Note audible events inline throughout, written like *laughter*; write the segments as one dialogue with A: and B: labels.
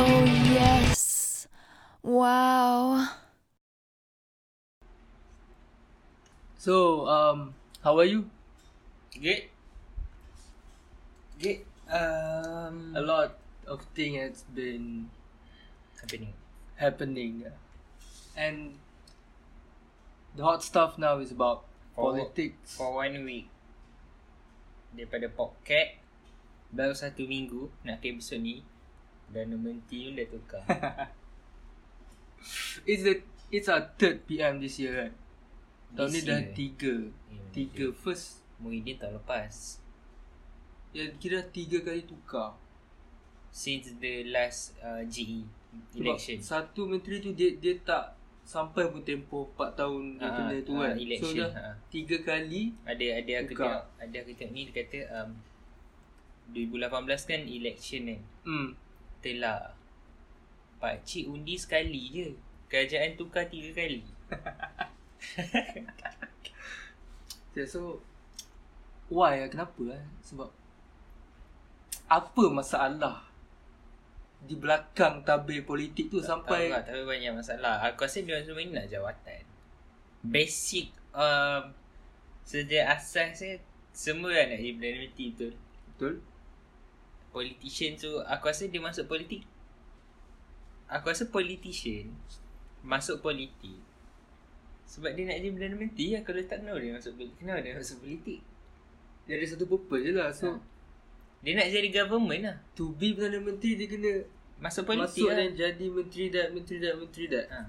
A: Oh yes. Wow.
B: So, um, how are you?
C: Great. Great. Um,
B: A lot of thing has been
C: happening.
B: happening, and the hot stuff now is about
C: For-
B: politics.
C: For one week. Daripada pocket. Baru satu minggu. Nak ke episod ni. Dan nombor team dah
B: *laughs*
C: tukar.
B: It's the it's our third PM this year, right? Tahun ni
C: This
B: dah
C: year.
B: tiga,
C: Hmm,
B: tiga first.
C: Muhyiddin tahun lepas.
B: Ya kira tiga kali tukar.
C: Since the last uh, GE
B: Sebab
C: election.
B: satu menteri tu dia dia tak sampai pun tempoh 4 tahun dia
C: Ah,
B: kena tu
C: ah,
B: kan. so
C: election,
B: dah
C: ah.
B: tiga kali
C: Ada ada aku
B: Tukar.
C: tengok, ada aku tengok ni dia kata um, 2018 kan election kan.
B: hmm,
C: Telah Pak cik undi sekali je. Kerajaan tukar tiga kali.
B: Yeah, so why ah kenapa eh? Sebab apa masalah di belakang tabir politik tu sampai
C: Tahu lah, tapi banyak masalah. Aku rasa dia semua ni nak jawatan.
B: Hmm.
C: Basic um, sejarah asasnya semua dah nak jadi Perdana Menteri betul.
B: betul
C: Politician tu aku rasa dia masuk politik. Aku rasa politician masuk politik sebab dia nak jadi Perdana Menteri lah. Kalau tak kenapa dia masuk politik? Kenapa dia masuk politik?
B: dia ada satu purpose je lah so
C: Ha. Dia nak jadi government lah.
B: to be perdana menteri dia kena
C: Masuk politik
B: masuk
C: lah.
B: dan jadi menteri dat menteri dat menteri dat
C: Ha.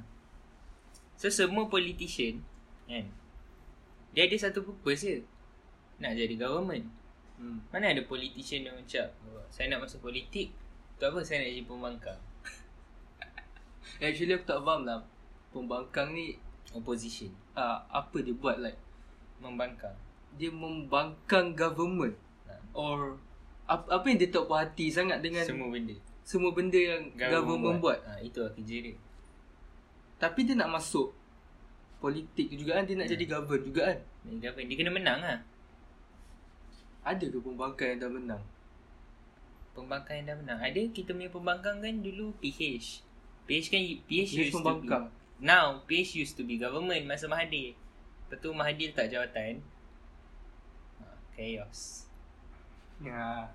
C: So semua politician kan dia ada satu purpose je. Nak jadi government.
B: hmm.
C: Mana ada politician yang ucap "Oh, saya nak masuk politik untuk apa saya nak jadi pembangkang.
B: Eh, actually aku tak faham lah pembangkang ni
C: Opposition.
B: uh, apa dia buat like
C: Membangkang.
B: dia membangkang government
C: Ha.
B: or apa, apa yang dia tak puas hati sangat dengan semua,
C: Semua benda.
B: semua benda yang government buat
C: Ha, itu lah kerja dia.
B: Tapi dia nak masuk politik juga kan dia nak jadi govern juga kan.
C: Nak jadi government. Dia kena menang lah.
B: Ada ke pembangkang yang dah menang?
C: Pembangkang yang dah menang. Ada kita punya pembangkang kan dulu PH. PH kan PH
B: Dia
C: used to be
B: pembangkang.
C: Now, PH used to be government masa Mahathir. Lepas tu Mahathir letak jawatan. Ah, Chaos.
B: Ya.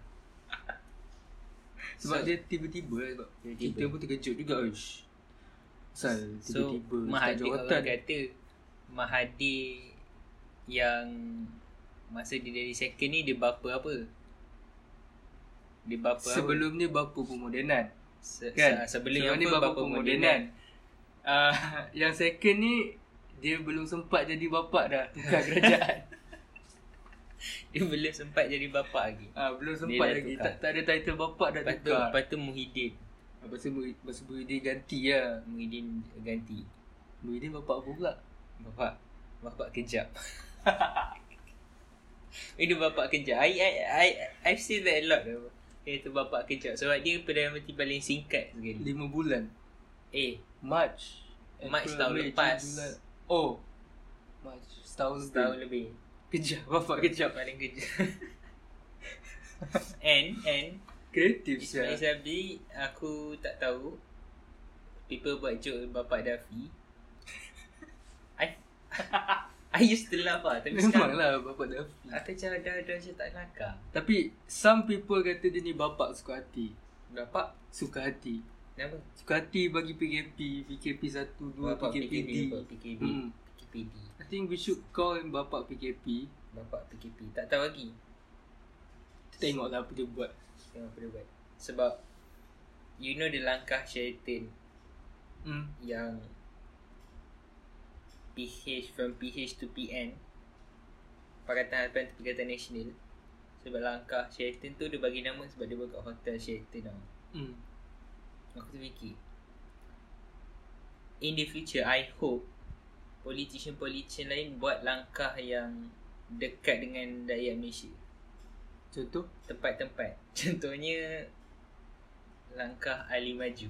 B: Sebab
C: So-
B: dia tiba-tiba lah sebab
C: Tiba-tiba.
B: kita pun terkejut juga ish. Pasal
C: So,
B: tiba-tiba letak
C: Mahathir
B: jawatan.
C: orang kata Mahathir yang masa dia dari second ni dia bapa apa? Dia bapa
B: Sebelum ni bapa pemodenan.
C: apa? Se-
B: Kan?
C: se-
B: Sebelum
C: sebelum yang
B: ni
C: apa, kan?
B: bapa pemodenan.
C: Ah,
B: *laughs* Yang second ni dia belum sempat jadi bapak dah
C: *laughs*
B: tukar kerajaan.
C: *laughs* dia belum sempat jadi bapa lagi.
B: Ah belum sempat
C: dah
B: lagi.
C: tukar.
B: Tak, tak ada title bapak dah
C: Lepas tu,
B: tukar.
C: lepas tu Muhyiddin.
B: Lepas tu Muhyi- lepas tu Muhyiddin ganti lah.
C: Muhyiddin ganti.
B: Muhyiddin bapak pula.
C: Bapak Bapak kejap *laughs* Itu bapak kejap I, I, I, I've seen that a lot eh, though. Itu bapak kejap Sebab dia Perdana Menteri paling singkat sekali
B: Lima bulan.
C: Eh
B: March.
C: March tahun lepas.
B: July. Oh. March setahun
C: Setahun
B: lebih.
C: lebih
B: Kejap bapak
C: Kejap paling kejap *laughs* And And
B: kreatif
C: Ismail
B: sia.
C: Sabri Aku tak tahu People buat joke Bapak Dafi *laughs* I *laughs* I used to laugh lah Tapi sekarang
B: Memanglah bapak dah.
C: Aku macam dah, dah macam tak nakal
B: Tapi some people kata dia ni bapak suka hati.
C: Bapak
B: Suka hati.
C: Kenapa?
B: Suka hati bagi PKP, PKP 1, 2,
C: Bapak
B: PKPD.
C: PKB Bapak PKB
B: Hmm.
C: PKPD
B: I think we should call him bapak PKP.
C: Bapak PKP Tak tahu lagi
B: Kita Tengoklah
C: lah
B: apa dia buat.
C: Tengok apa dia buat Sebab You know the langkah Sheraton
B: Hmm.
C: Yang PH From PH to PN Pakatan Harapan to Pakatan Nasional Sebab langkah Sheraton tu Dia bagi nama Sebab dia buat kat hotel Sheraton tau
B: Hmm.
C: Aku terfikir In the future I hope Politician-politician lain Buat langkah yang Dekat dengan rakyat Malaysia
B: Contoh
C: tempat-tempat *laughs* Contohnya Langkah Ali *laughs* Maju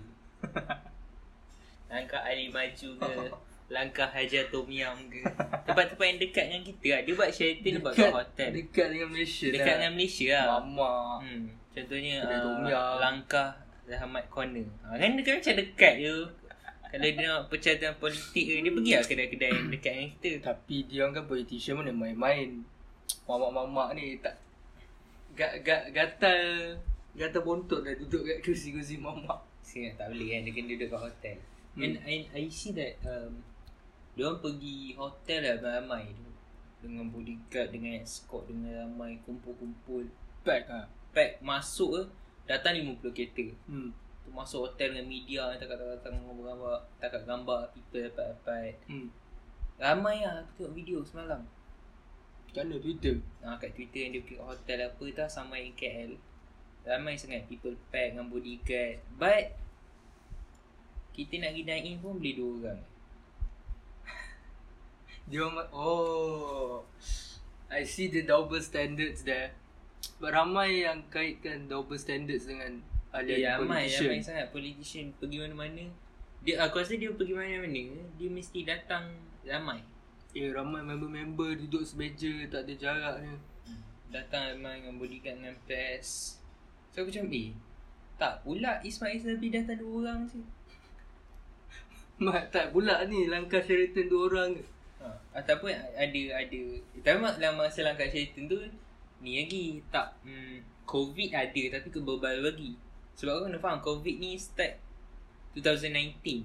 C: Langkah Ali Maju ke Langkah Hajar Tom Yam ke Tempat-tempat yang dekat dengan kita lah Dia buat Sheraton Dia buat kat hotel Dekat,
B: Dekat dengan Malaysia
C: dekat dengan Malaysia lah
B: Mama
C: hmm, Contohnya
B: Kedai
C: uh,
B: Tom Yum.
C: Langkah Dah Ahmad Corner ha, Kan dia kan macam dekat je Kalau dia nak percayaan politik ke, Dia pergi lah kedai-kedai yang dekat dengan kita
B: Tapi dia orang kan politician mana main-main Mamak-mamak ni tak Gat, gat, gatal Gatal bontot dah duduk kat kursi-kursi mamak
C: Sekarang tak boleh kan Dia kena duduk kat hotel hmm. And I, I see that um, Dia orang pergi hotel lah ramai-ramai tu Dengan bodyguard Dengan escort Dengan ramai Kumpul-kumpul
B: Back ha.
C: Pack masuk ke Datang 50 kereta
B: Hmm.
C: tu masuk hotel dengan media takat-takat gambar takat gambar people dapat-dapat
B: Hmm.
C: ramai lah aku tengok video semalam
B: Kat mana Twitter?
C: ha, kat Twitter yang dia pergi hotel apa tu lah, sama yang KL ramai sangat people pack dengan bodyguard but kita nak pergi dine in pun boleh dua orang
B: Dia orang ma- Oh I see the double standards there But ramai yang kaitkan double standards dengan Aliran
C: dia Ya, ramai ramai
B: politician
C: sangat politician pergi mana-mana dia aku rasa dia pergi mana-mana dia mesti datang ramai
B: Eh ramai member-member duduk semeja Tak ada jaraknya
C: Datang memang dengan bodyguard dengan pes So aku macam eh Tak pula Ismail Sabri datang dua orang je
B: Mat tak pula ni Langkah Sheraton dua orang ke
C: ha. Ataupun ada ada Tapi mak dalam masa langkah Sheraton tu Ni lagi tak hmm, Covid ada tapi ke baru lagi Sebab aku kena faham Covid ni start 2019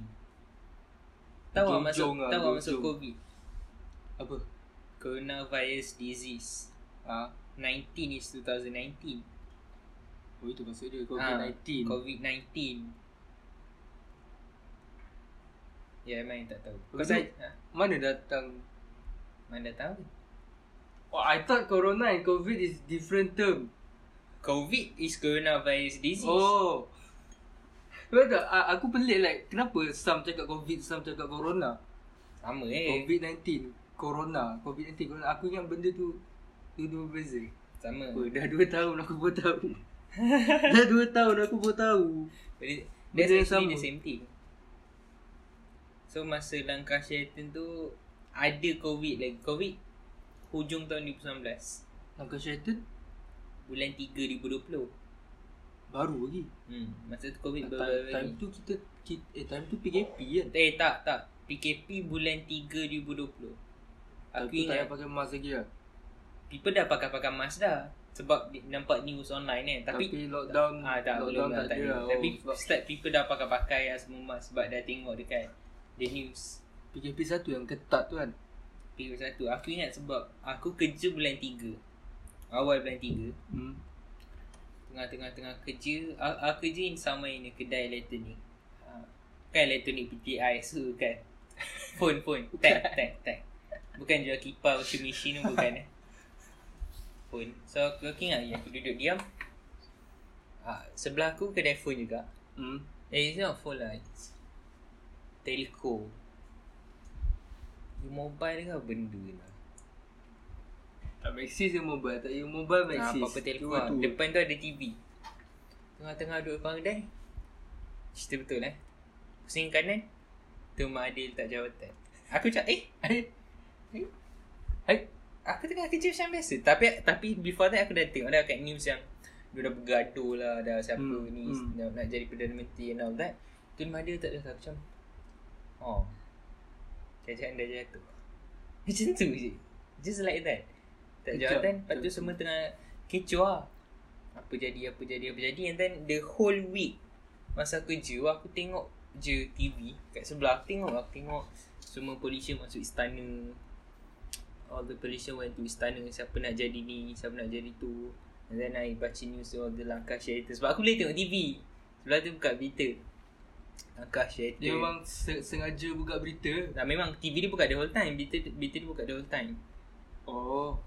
C: Tahu lah
B: Jom-jom
C: masuk,
B: lah,
C: tahu lah masuk
B: jom-jom.
C: Covid
B: Apa?
C: Coronavirus disease
B: Ha?
C: 19 is 2019
B: Oh itu maksud dia
C: Ah,
B: COVID-19
C: COVID-19 Ya yeah, main tak tahu Kau
B: Lepas
C: saya
B: tu-
C: ha,
B: Mana datang
C: Mana dah tahu
B: Oh, I thought corona and COVID is different term.
C: COVID is coronavirus disease
B: Oh. Kau tahu, a- aku pelik like kenapa some cakap COVID, some cakap corona.
C: Sama eh
B: COVID-19, corona, COVID-19, corona. Aku ingat benda tu tu dua beza.
C: Sama
B: Apa, Oh, *laughs* dah dua tahun aku baru tahu. dah dua tahun aku baru tahu.
C: *laughs* Jadi,
B: Benda
C: That's
B: yang
C: actually
B: sama.
C: the same thing So masa langkah Sheraton tu Ada COVID lagi COVID Hujung tahun 2019
B: Langkah Sheraton
C: Bulan 3 2020
B: baru lagi.
C: Hmm, masa tu COVID
B: Time,
C: baru-baru
B: time
C: lagi
B: tu kita, kita eh time tu PKP kan.
C: Eh tak tak PKP bulan 3
B: Time
C: 2020
B: tu
C: Aku
B: tak
C: ingat
B: payah pakai mask lagi lah.
C: people dah pakai-pakai mask dah sebab di- nampak news online kan
B: Tapi,
C: tapi,
B: lockdown
C: ah tak
B: lockdown
C: belum tak, tak ada.
B: lah.
C: tapi
B: Oh, sebab
C: start people dah pakai-pakai lah semua mask sebab dah tengok dekat the news
B: PKP satu yang ketat tu kan.
C: Tapi satu aku ingat sebab aku kerja bulan 3 awal bulan 3
B: Hmm.
C: tengah-tengah-tengah kerja aku, aku kerja in sama ini kedai elektronik Ah, kan elektronik PTI so kan *laughs* phone phone tag tag tag bukan jual kipas washing machine tu bukan eh phone so aku aku ingat je, aku duduk diam ah, sebelah aku kedai phone juga
B: Hmm.
C: eh it's not phone lah it's telco you mobile ke apa benda lah. ni
B: Tak Maxis yang mobile Tak yang mobile
C: Ah,
B: Maxis
C: apa-apa telefon
B: Dua
C: lah.
B: tu
C: Depan tu ada TV Tengah-tengah duduk depan kedai Cerita betul eh Pusing kanan Tu Mak Adil tak jawatan Aku cakap eh Adil Eh? Eh? Aku tengah kerja macam biasa Tapi tapi before that aku dah tengok dah kat news yang Dia dah bergaduh lah Dah siapa
B: Hmm,
C: ni
B: hmm.
C: Nak, nak jadi Perdana Menteri and all that Tu Mak Adil tak jawatan Aku macam Oh Jajahan dah jatuh Macam tu je Just like that Tak
B: Kejap,
C: jawatan Lepas tu
B: kejap.
C: semua tengah kecoh lah Apa jadi, apa jadi, apa jadi And then the whole week Masa aku kerja aku tengok je TV Kat sebelah aku tengok, aku tengok Semua polisi masuk istana All the polisi went to istana Siapa nak jadi ni, siapa nak jadi tu And then I baca news all the langkah Sheraton Sebab aku boleh tengok TV Sebelah tu buka berita Langkah Sheraton
B: Dia memang se- sengaja buka berita
C: Nah, memang TV dia buka the whole time. Berita berita dia buka the whole time.
B: Oh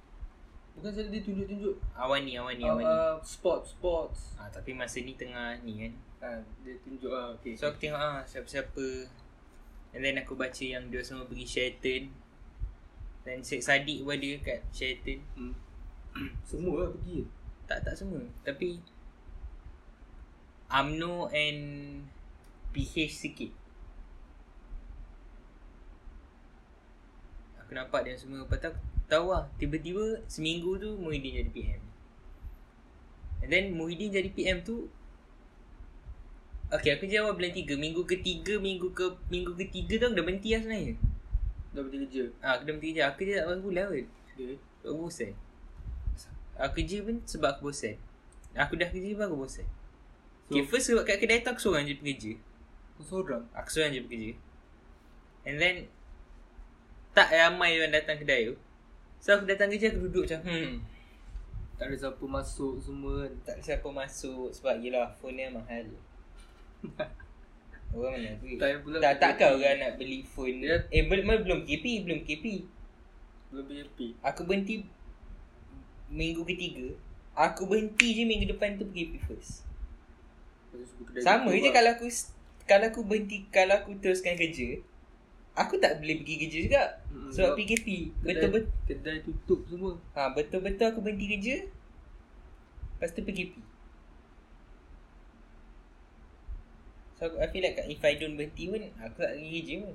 B: Bukan saja dia tunjuk-tunjuk
C: Awan ni, awan ni,
B: Ah,
C: awan ni.
B: ah, Sports Sports
C: Ah, tapi masa ni tengah ni kan.
B: ha, Dia tunjuk ah, okay.
C: So aku tengok ah siapa-siapa. And then aku baca yang dia semua pergi Sheraton. Dan Syed Saddiq pun ada kat Sheraton.
B: hmm. *clears throat* Semua lah pergi
C: Tak tak semua. Tapi UMNO and PH sikit. Aku nampak dia semua Lepas tu aku tahu lah Tiba-tiba seminggu tu Muhyiddin jadi PM And then Muhyiddin jadi PM tu Okay aku jawab bulan 3 Minggu ketiga Minggu ke Minggu ketiga tu aku dah berhenti lah sebenarnya
B: Dah berhenti kerja
C: Ah, aku dah berhenti kerja Aku kerja tak berapa bulan kot
B: Okay
C: Aku bosan Aku kerja pun sebab aku bosan Aku dah kerja pun aku bosan so, Okay
B: So-
C: first sebab kat kedai tu aku seorang je pekerja
B: Kau seorang
C: Aku seorang je bekerja And then Tak ramai orang datang kedai tu So aku datang kerja aku duduk macam Hmm
B: Tak ada siapa masuk semua kan
C: Tak ada siapa masuk Sebab yelah phone dia mahal Orang mana beli
B: Tak payah pula
C: Tak tak
B: KP.
C: kau orang nak beli phone
B: Dia-
C: Eh belum belum KP Belum KP
B: Belum PJP
C: Aku berhenti Minggu ketiga Aku berhenti je minggu depan tu pergi KP first
B: Lepas tu suruh kedai
C: Sama
B: tutup
C: je
B: lah.
C: kalau aku Kalau aku berhenti Kalau aku teruskan kerja Aku tak boleh pergi kerja juga
B: Mm,
C: Sebab
B: sebab
C: PKP
B: kedai,
C: Betul-betul
B: Kedai tutup semua
C: E. ha, Betul-betul aku berhenti kerja Lepas tu PKP So aku, I feel like If I don't berhenti pun Aku tak pergi kerja pun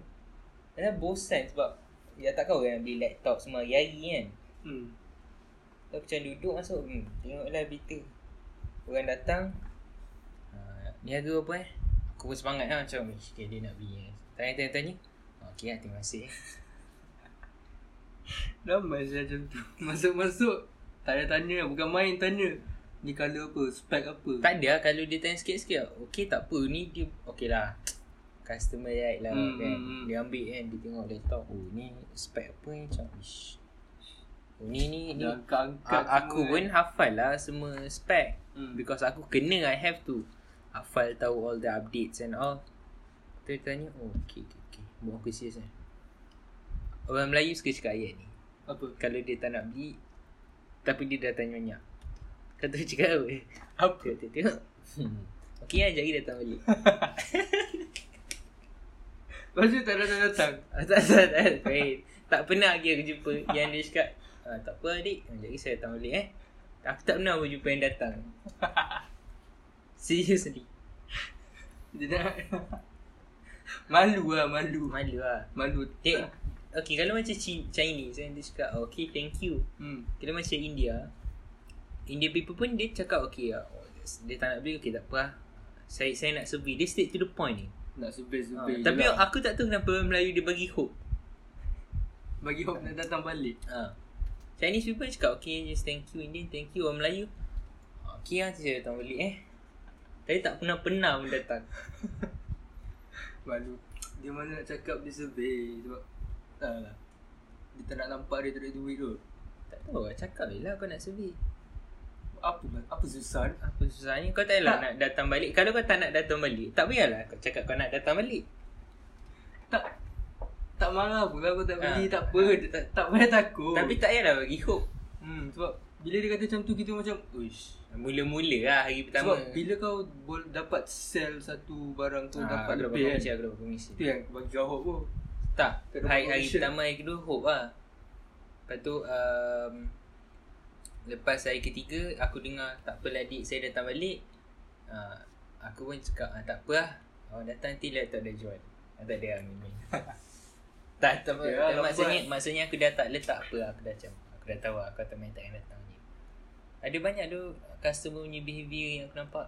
C: Karena bosan sebab Ya tak kau yang beli laptop semua hari-hari kan
B: hmm.
C: So aku macam duduk masuk hmm, Tengoklah berita Orang datang uh, Ni harga berapa eh? Aku pun semangat lah macam "Ish, Okay dia nak beli eh." Tanya-tanya-tanya "Oh, Okay lah terima kasih eh."
B: Ramai saya macam tu *laughs* Masuk-masuk Tak ada tanya Bukan main tanya Ni colour apa Spec apa
C: Tak ada lah kalau dia tanya sikit-sikit lah. Okay tak apa ni dia Okay lah Customer right lah
B: Hmm,
C: hmm, kan
B: hmm, hmm.
C: Dia ambil kan Dia tengok laptop Oh ni spek apa ni Macam ish Oh ni ni, ni.
B: Dia angkat-angkat
C: A- Aku
B: semua
C: pun
B: kan.
C: hafal lah semua spek
B: hmm.
C: Because aku kena I have to Hafal tahu all the updates and all Tu dia tanya Oh okay okay, okay. Buat aku serius kan Orang Melayu suka cakap ayat ni
B: Apa
C: Kalau dia tak nak beli Tapi dia dah tanya banyak Kau tahu cakap apa
B: Apa
C: Tengok tengok tengok *laughs* hmm. Okay lah jadi datang balik
B: Lepas tu tak datang-datang
C: ah, *laughs* Tak tak tak Baik Tak pernah lagi aku jumpa Yang dia cakap ah, Tak apa adik ah, Jadi saya datang balik eh Aku tak pernah pun jumpa yang datang Seriously
B: Dia nak *laughs* Malu lah malu
C: Malu lah
B: Malu
C: Dia Okay kalau macam Chi- Chinese kan Dia cakap oh, Okay thank you
B: Hmm
C: Kalau macam India India people pun dia cakap Okay lah oh, Dia tak nak beli Okay tak apa lah saya, saya nak survey Dia straight to the point ni
B: Nak lah.
C: ha,
B: sebel-sebel
C: Tapi aku tak tahu kenapa orang Melayu dia bagi hope
B: Bagi hope nak datang balik
C: Ha. Chinese people cakap okay just thank you Indian thank you orang Melayu. "Ah, Okay lah saya datang balik eh. Tapi tak pernah-pernah pun datang.
B: Malu Dia mana nak cakap dia survey Sebab Tak lah Dia tak nak nampak dia tak ada duit tu
C: Tak tahu lah cakap je lah kau nak survey.
B: Apa apa susah ni?
C: Apa susahnya kau tak payahlah
B: Tak.
C: nak datang balik. Kalau kau tak nak datang balik tak payahlah kau cakap kau nak datang balik.
B: Tak Tak marah pun lah kau tak beli
C: Ah.
B: Tak apa dia tak, tak payah takut
C: Oh. Tapi tak payahlah bagi hope.
B: hmm, Sebab bila dia kata macam tu kita macam Uish
C: Mula-mula lah hari pertama.
B: Sebab bila kau bol, dapat sell satu barang tu
C: Ah,
B: dapat
C: aku
B: lebih
C: dapat
B: kan
C: aku dapat komisi.
B: Itu yang bagi kau hope pun
C: Tak,
B: Tak ada
C: hari-hari
B: promotion.
C: pertama, hari kedua hope lah Lepas tu um, Lepas hari ketiga aku dengar tak apalah adik saya datang balik uh, Aku pun cakap ah, tak apa lah Awak datang nanti laptop dah jual ah, Tak ada lah main-main Tak, tak apa
B: Ya, tak apa.
C: maksudnya, maksudnya aku dah tak letak apa lah. Aku dah macam Aku dah tahu lah aku tak main takkan datang ni Ada banyak tu customer punya behaviour yang aku nampak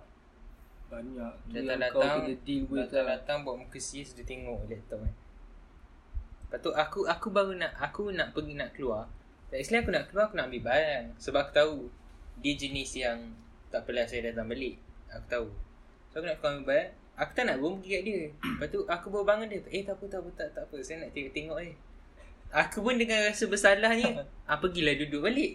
B: Banyak tu yang kau
C: Datang-datang
B: kena deal with lah
C: Datang-datang buat muka serius Dia tengok laptop kan Lepas tu aku aku baru nak Aku nak pergi nak keluar Actually aku nak keluar Aku nak ambil barang Sebab aku tahu Dia jenis yang Tak apalah saya datang balik Aku tahu So aku nak keluar ambil barang Aku tak nak pun pergi kat dia Lepas tu aku baru bangun dia Eh tak apa tak apa tak, tak apa Saya nak tengok-tengok je Aku pun dengan rasa bersalahnya ah, Pergilah duduk balik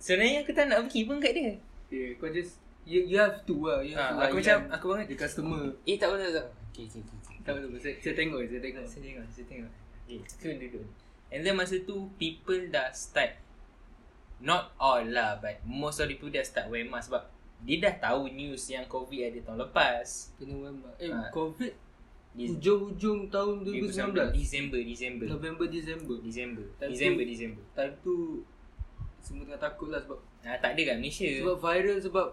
C: Sebenarnya aku tak nak pergi pun kat dia
B: yeah, Kau just You, you have to lah You have to
C: ha,
B: lah
C: Aku macam
B: yang
C: Aku bangun
B: Dia customer
C: Eh tak apa tak apa, tak apa Okay okay okay, okay.
B: Tak betul saya, saya tengok Saya tengok
C: Saya tengok, saya tengok. Okay, tu duduk. And then masa tu, people dah start. Not all lah, but most of the people dah start wear mask sebab dia dah tahu news yang COVID ada tahun lepas.
B: Kena wembak Eh
C: Ah.
B: COVID
C: Di-
B: Hujung-hujung tahun 2019
C: Disember, Disember.
B: Oh, November, December
C: Disember.
B: Tapi-
C: Disember, Disember.
B: Time tu Semua tengah takut lah sebab
C: Ah, tak ada kat Malaysia.
B: Sebab viral sebab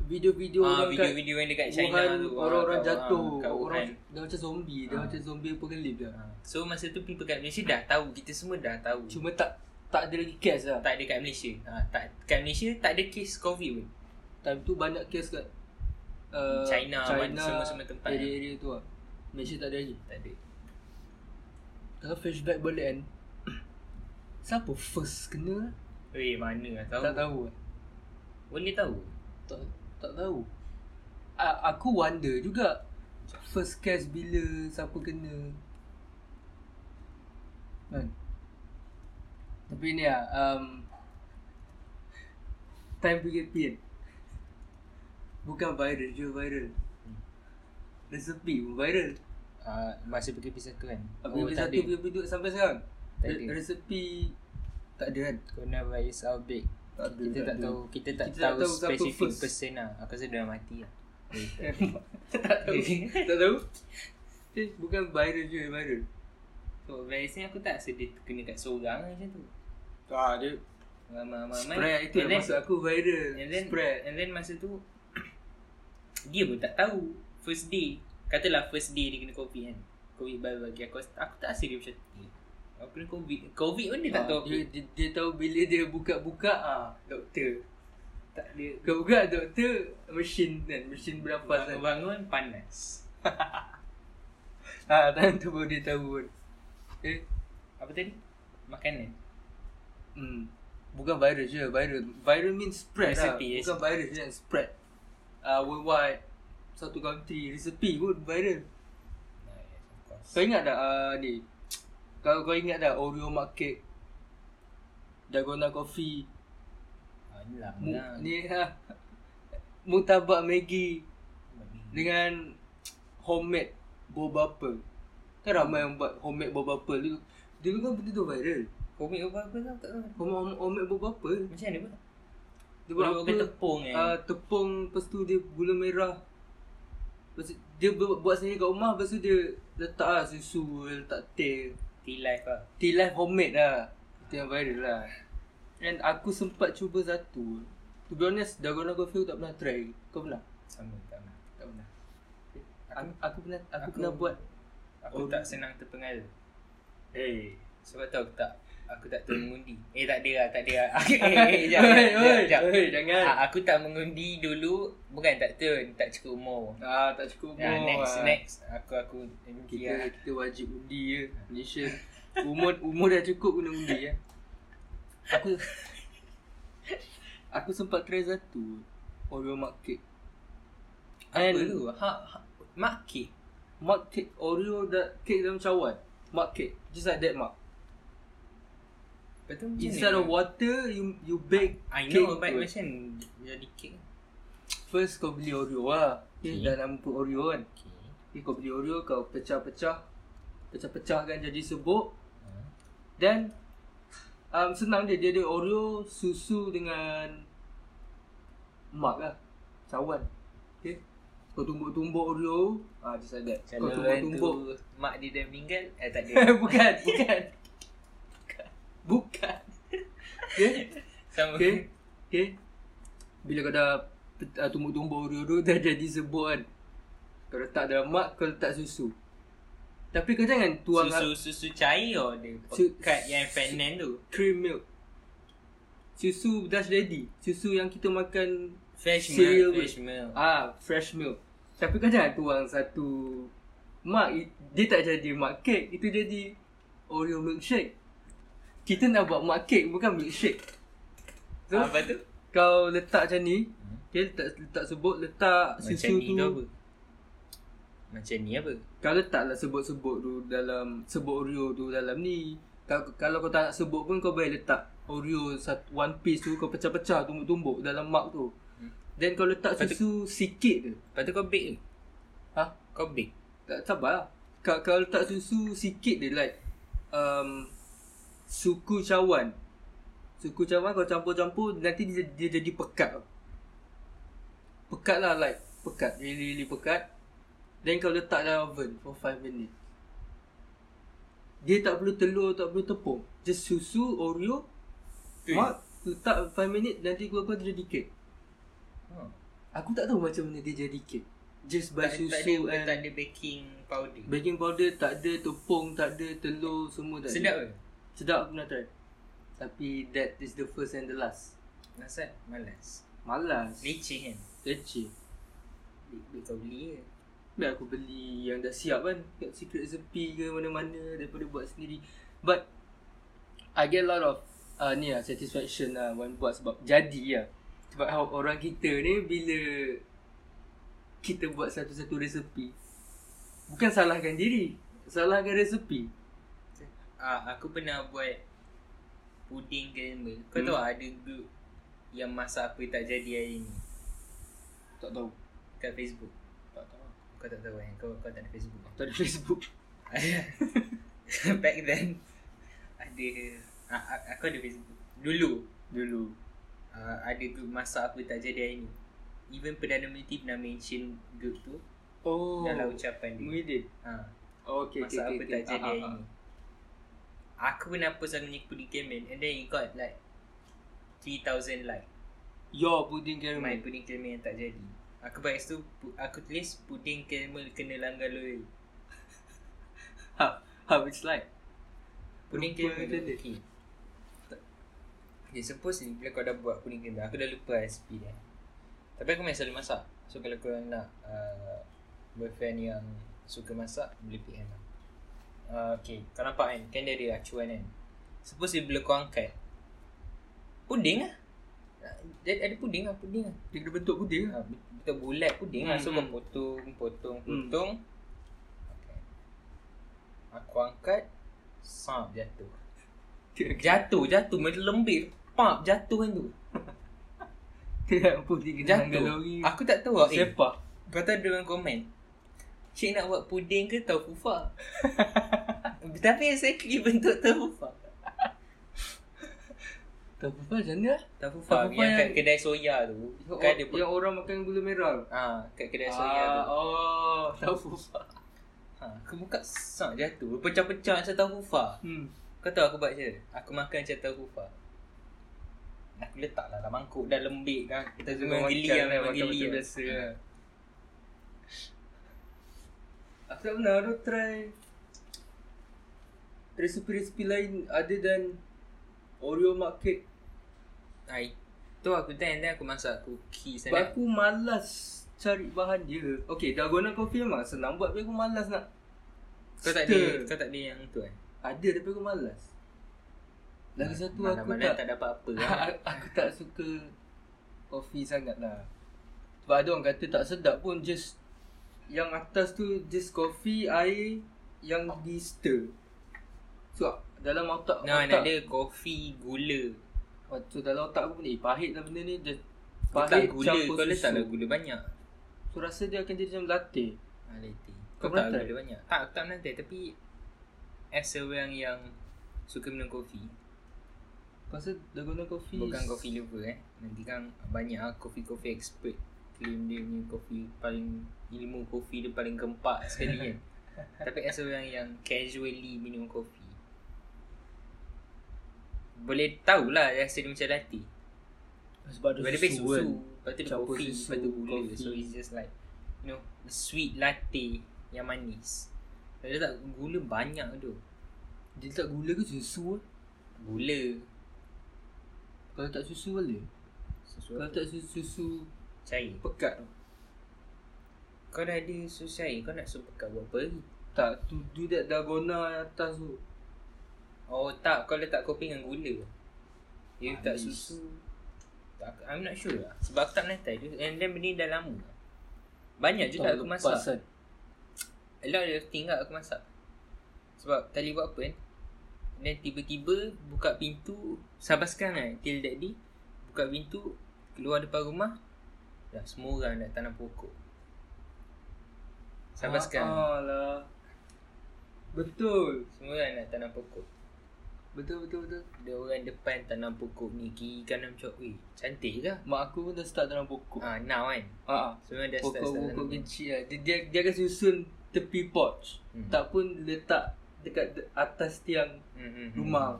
B: Video-video orang
C: ah,
B: kat
C: video-video yang dekat China
B: Wuhan,
C: tu. ah,
B: Orang-orang
C: kat
B: jatuh
C: Wuhan, kat
B: Orang
C: Wuhan.
B: dah macam zombie Dah
C: Ah.
B: macam zombie apokalip dah
C: Ah, So masa tu people kat Malaysia dah tahu, kita semua dah tahu.
B: Cuma tak Tak ada lagi kes lah
C: tak ada kat Malaysia. Ah, tak kat Malaysia tak ada kes COVID pun.
B: Time tu banyak kes kat uh,
C: China, mana- semua-semua tempat
B: Area-area tu lah Malaysia tak ada lagi
C: Tak ada
B: Kalau flashback balik kan Siapa first kena
C: Weh mana lah tahu
B: Tak tahu lah
C: Boleh tahu
B: tak, tak tahu A- Aku wonder juga First case bila Siapa kena Kan Tapi ni lah um, Time PKP kan Bukan viral je viral Hmm. Resepi pun viral
C: uh, Masa PKP satu kan
B: Apa oh, satu PKP tu sampai sekarang
C: Tak
B: Re-
C: ada.
B: Resepi Tak ada kan
C: Coronavirus outbreak
B: Tak ada,
C: Kita tak
B: ada.
C: tahu Kita tak
B: Kita tak
C: tahu
B: tahu siapa
C: Specific
B: first.
C: person lah Aku rasa dia orang mati lah Weh, tak ada.
B: Hmm. tak
C: *laughs*
B: tahu Tak tahu *laughs* Eh, Bukan viral je viral
C: So virus ni aku tak rasa dia kena kat seorang lah macam tu
B: Ah, dia
C: Ramai-ramai
B: spread lah, itu yang
C: And then-
B: maksud aku viral
C: And then eh,
B: spread.
C: And then masa tu *coughs* Dia pun tak tahu First day Katalah first day dia kena covid kan Covid baru bagi aku Aku tak rasa dia macam tu Aku kena covid Covid pun dia tak
B: Ah,
C: tahu
B: dia, dia, dia tahu bila dia buka-buka ah doktor.
C: tak dia
B: Buka-buka doktor mesin kan, mesin bernafas kan.
C: Bangun-bangun panas
B: Ah, time tu baru dia tahu. Kan. Eh,
C: Apa tadi? Makanan
B: hmm. Bukan viral je, viral. Viral means spread
C: Recipe,
B: lah. Bukan viral je yang spread. Ah, worldwide. Satu country, recipe pun viral. Kau ingat tak uh, ni? Kalau kau ingat tak Oreo mug cake Dalgona coffee
C: Alah
B: mu, Ni ha Mutabak Maggi Dengan Homemade Boba Pearl Kan ramai yang buat homemade boba pearl dulu Dulu kan benda tu viral
C: Covid apa-apa tau tak tahu
B: Home, home, Homemade boba pearl
C: Macam mana pun
B: Dia buat
C: Dia
B: apa
C: pakai tepung kan?
B: ah, Tepung Lepas tu dia gula merah Lepas tu, dia buat, buat sendiri kat rumah Lepas tu dia letak lah susu Letak teh
C: Tea life lah
B: Tea life homemade lah Itu yang viral lah And aku sempat cuba satu To be honest Dalgona coffee aku tak pernah try Kau pernah?
C: Sama tak pernah.
B: Tak pernah Aku,
C: Aku-
B: aku pernah aku,
C: aku-
B: pernah buat
C: Aku
B: Oh.
C: tak senang terpengaruh
B: Eh
C: Sebab tu aku tak Aku tak tahu mengundi Eh tak ada lah Tak ada lah *laughs*
B: Oi,
C: Eh, Eh eh, jap, jap,
B: oi,
C: jap, jap.
B: oi, kan? jangan.
C: Ah, Aku tak mengundi dulu Bukan tak turn Tak cukup umur
B: Ah, tak cukup umur
C: Ya, next
B: ah.
C: next Aku aku MG
B: Kita, kan
C: lah
B: kita wajib undi je Malaysia Umur umur dah cukup kena undi ya. Aku Aku sempat try satu Oreo mug cake
C: Apa
B: And-
C: tu? Ha, ha, Mark cake
B: Mug cake Oreo da, cake dalam cawan Mug cake Just like that mug
C: Lepas tu macam
B: Instead
C: mana?
B: of water You you bake
C: I
B: cake
C: know but
B: tu.
C: macam Jadi cake
B: First kau beli Oreo lah okay.
C: Okay.
B: Dah nama pun Oreo kan
C: Okay
B: okay, Kau beli Oreo kau pecah-pecah Pecah-pecahkan jadi sebuk Then um, Senang dia Dia ada Oreo Susu dengan Mark lah Cawan Okay Kau tumbuk-tumbuk Oreo ah, Just like that
C: Kalau
B: Kau
C: orang tu
B: tumbuk-tumbuk
C: Mak dia dah meninggal Eh tak ada
B: bukan Bukan Bukan *laughs* Bukan Okay
C: Sama
B: Okay Okay Bila kau dah pe- uh, Tumbuk-tumbuk Oreo tu *laughs* Dah jadi sebut kan Kau letak dalam mug Kau letak susu Tapi kau jangan tuang
C: Susu susu cair oh dia
B: Su-
C: Pekat yang fenen tu
B: Cream milk Susu Dutch Lady Susu yang kita makan
C: Fresh
B: Cereal milk.
C: milk Fresh milk
B: Ah Fresh milk Tapi kau jangan tuang satu Mug I- Dia tak jadi mug cake Itu jadi Oreo milkshake Kita nak buat mug cake Bukan milkshake So,
C: Apa tu?
B: Kau letak macam ni Okay, letak, letak sebut, letak
C: Hmm. Macam
B: susu
C: ni
B: tu.
C: tu apa? Macam ni apa?
B: Kau letaklah sebut-sebut tu dalam sebut Oreo tu dalam ni. Kalau, kalau kau tak nak sebut pun kau boleh letak Oreo satu, one piece tu kau pecah-pecah tumbuk-tumbuk dalam mug tu.
C: Hmm.
B: Then kau letak
C: Lepas
B: susu sikit je.
C: Lepas tu kau bake ke?
B: Ha?
C: Kau bake?
B: Tak sabarlah. Kau, kau letak susu sikit je like um, suku cawan. Suku cawan kau campur-campur nanti dia, dia jadi pekat. tau. Pekat lah like pekat. Really really pekat. Then kau letak dalam oven for 5 minit. Dia tak perlu telur, tak perlu tepung. Just susu, Oreo,
C: Eh.
B: mak, letak 5 minit nanti keluar kau jadi kek.
C: Ha.
B: Aku tak tahu macam mana dia jadi kek. Just by
C: Tak,
B: susu kan.
C: tak, ada,
B: and
C: tak ada baking powder
B: Baking powder tak ada, tepung tak ada, telur semua tak
C: Sedap
B: ada.
C: ke?
B: Sedap aku nak try. Tapi that is the first and the last.
C: Nasat malas
B: Malas.
C: Leceh kan?
B: Leceh.
C: Duit, duit kau beli je
B: Dan aku beli yang dah siap kan Kat secret recipe ke mana-mana Daripada buat sendiri But I get a lot of uh, Ni lah satisfaction lah When buat sebab jadi lah Sebab how orang kita ni Bila Kita buat satu-satu resepi Bukan salahkan diri Salahkan resepi
C: Ah, aku pernah buat puding caramel. Kau
B: Hmm.
C: hmm. tahu ada group yang masak apa tak jadi hari ni
B: Tak tahu
C: kat Facebook.
B: Tak tahu
C: Kau tak tahu kan? Kau, kau tak ada Facebook *laughs* kan?
B: Tak ada *laughs* Facebook
C: Back then ada ah, ah, aku ada Facebook. Dulu
B: Dulu
C: ah, ada group masak apa tak jadi hari ni. Even Perdana Menteri pernah mention group tu
B: Oh
C: oh. dalam ucapan dia.
B: Muhyiddin
C: Ha.
B: oh, Okay
C: Masak
B: okay,
C: apa
B: okay,
C: tak
B: okay.
C: jadi
B: Ah,
C: hari
B: ah,
C: ni. Aku pernah post aku punya puding caramel and then it got like 3000 like.
B: ah. Your pudding
C: My
B: caramel
C: puding caramel yang tak jadi Aku baik tu pu- Aku tulis puding caramel kena langgar lori
B: How, how Ha, it's like
C: Puding
B: Rupa
C: caramel
B: macam dia.
C: okay. Tak- Okay suppose ni Bila kau dah buat puding caramel Aku dah lupa recipe dia Tapi aku masih selalu masak So kalau korang nak uh, Boyfriend yang Suka masak Boleh PM lah uh, Okay Kau nampak kan Kan dia ada acuan kan Suppose dia bila kau angkat Puding lah Dia ada puding lah Puding lah
B: Dia kena bentuk puding lah *laughs*
C: ha, Betul bulat puding lah So
B: Hmm,
C: kau
B: hmm.
C: potong Potong
B: Hmm.
C: Potong okay. Aku angkat Sap jatuh
B: *laughs*
C: Jatuh Jatuh Macam lembik Pap jatuh kan tu
B: Tidak puding kena
C: Jatuh
B: hanggal lori
C: Aku tak tahu lah Eh
B: Sepak
C: Kau tahu ada orang komen Cik nak buat puding ke
B: *laughs*
C: taufufa Tapi exactly bentuk taufufa
B: Tak apa macam mana
C: Taufufa
B: Taufufah
C: yang kat
B: yang-
C: kedai soya tu Kan ada
B: Yang orang makan gula merah
C: Ah, kat kedai soya
B: Ah,
C: tu
B: Oh Tak apa
C: ha, Aku buka Sap jatuh Pecah-pecah macam taufufa
B: Hmm
C: Kau tahu aku buat je Aku makan macam tahu fa Aku letak lah dalam mangkuk Dah lembik kan Kita semua geli
B: makan
C: lah
B: lah,
C: Memang
B: makan
C: geli
B: macam
C: lah
B: biasa lah. Aku tak pernah tu try Resepi-resepi lain other than Oreo mug cake
C: Hai Tu Ah, aku tanya Then aku masak cookies
B: Sebab
C: sana
B: aku malas cari bahan dia Okay, dalgona coffee memang senang buat tapi aku malas nak
C: Kau tak ada
B: stir.
C: Kau tak ada yang tu kan
B: Ada tapi aku malas Lagi satu aku
C: Malam-malam
B: tak
C: tak dapat
B: *laughs*
C: apa kan
B: A- aku tak suka kopi sangat lah Sebab ada orang kata tak sedap pun just Yang atas tu just kopi, air yang di stir So dalam otak
C: Nah
B: otak,
C: nak ada kopi Gula
B: So dalam otak aku pun eh pahit lah benda ni dia
C: Kau Letak
B: Pahit
C: gula
B: campur
C: Kau letak lah
B: susu
C: gula banyak
B: So rasa dia akan jadi macam latte
C: ha, Letih
B: Kau
C: Kau
B: pernah
C: tak
B: try?
C: gula banyak Tak aku tak pernah try Tapi As orang yang Suka minum kopi
B: Kau rasa dalgona kopi
C: Bukan kopi lover eh Nanti kan banyak lah kopi-kopi expert Claim dia punya kopi paling Ilmu kopi dia paling gempak sekali
B: *laughs*
C: kan Tapi as orang yang casually minum kopi Boleh tahulah rasa dia macam latte
B: Sebab ada
C: Sebab dia
B: susu,
C: pakai susu
B: kan
C: Lepas tu dia
B: Campur
C: kopi
B: susu,
C: Lepas tu gula
B: kopi.
C: So it's just like You know the Sweet latte Yang manis Dia tak gula banyak tu
B: Dia letak gula ke susu lah
C: Gula
B: Kalau tak susu boleh
C: Susu
B: Kalau tak susu, susu
C: Cair
B: pekat tu
C: Kau dah ada susu cair Kau nak susu pekat buat apa lagi
B: Tak, to do that dalgona yang atas tu
C: Oh tak, kau letak kopi dengan gula Dia letak
B: Manis.
C: susu tak, I'm not sure lah Sebab aku tak pernah try dia- And then benda ni dah lama Banyak juga aku masak
B: Pasan.
C: A lot of thing lah aku masak Sebab tak boleh buat apa kan And then tiba-tiba buka pintu Sabar sekarang kan, till that day Buka pintu, keluar depan rumah Dah semua orang nak tanam pokok Sabar
B: Ah,
C: sekarang
B: ah lah. Betul.
C: Semua orang nak tanam pokok
B: Betul betul betul.
C: Dia orang depan tanam pokok ni Kiri kanan macam Weh cantik ke
B: Mak aku pun dah start tanam pokok.
C: Ah, now kan.
B: Ah. ah.
C: Semua dah start start
B: Pokok-pokok
C: tanam.
B: kecil lah. Dia, dia, dia akan susun tepi porch.
C: Hmm.
B: Tak pun letak dekat de- atas tiang
C: Hmm, hmm, hmm.
B: rumah.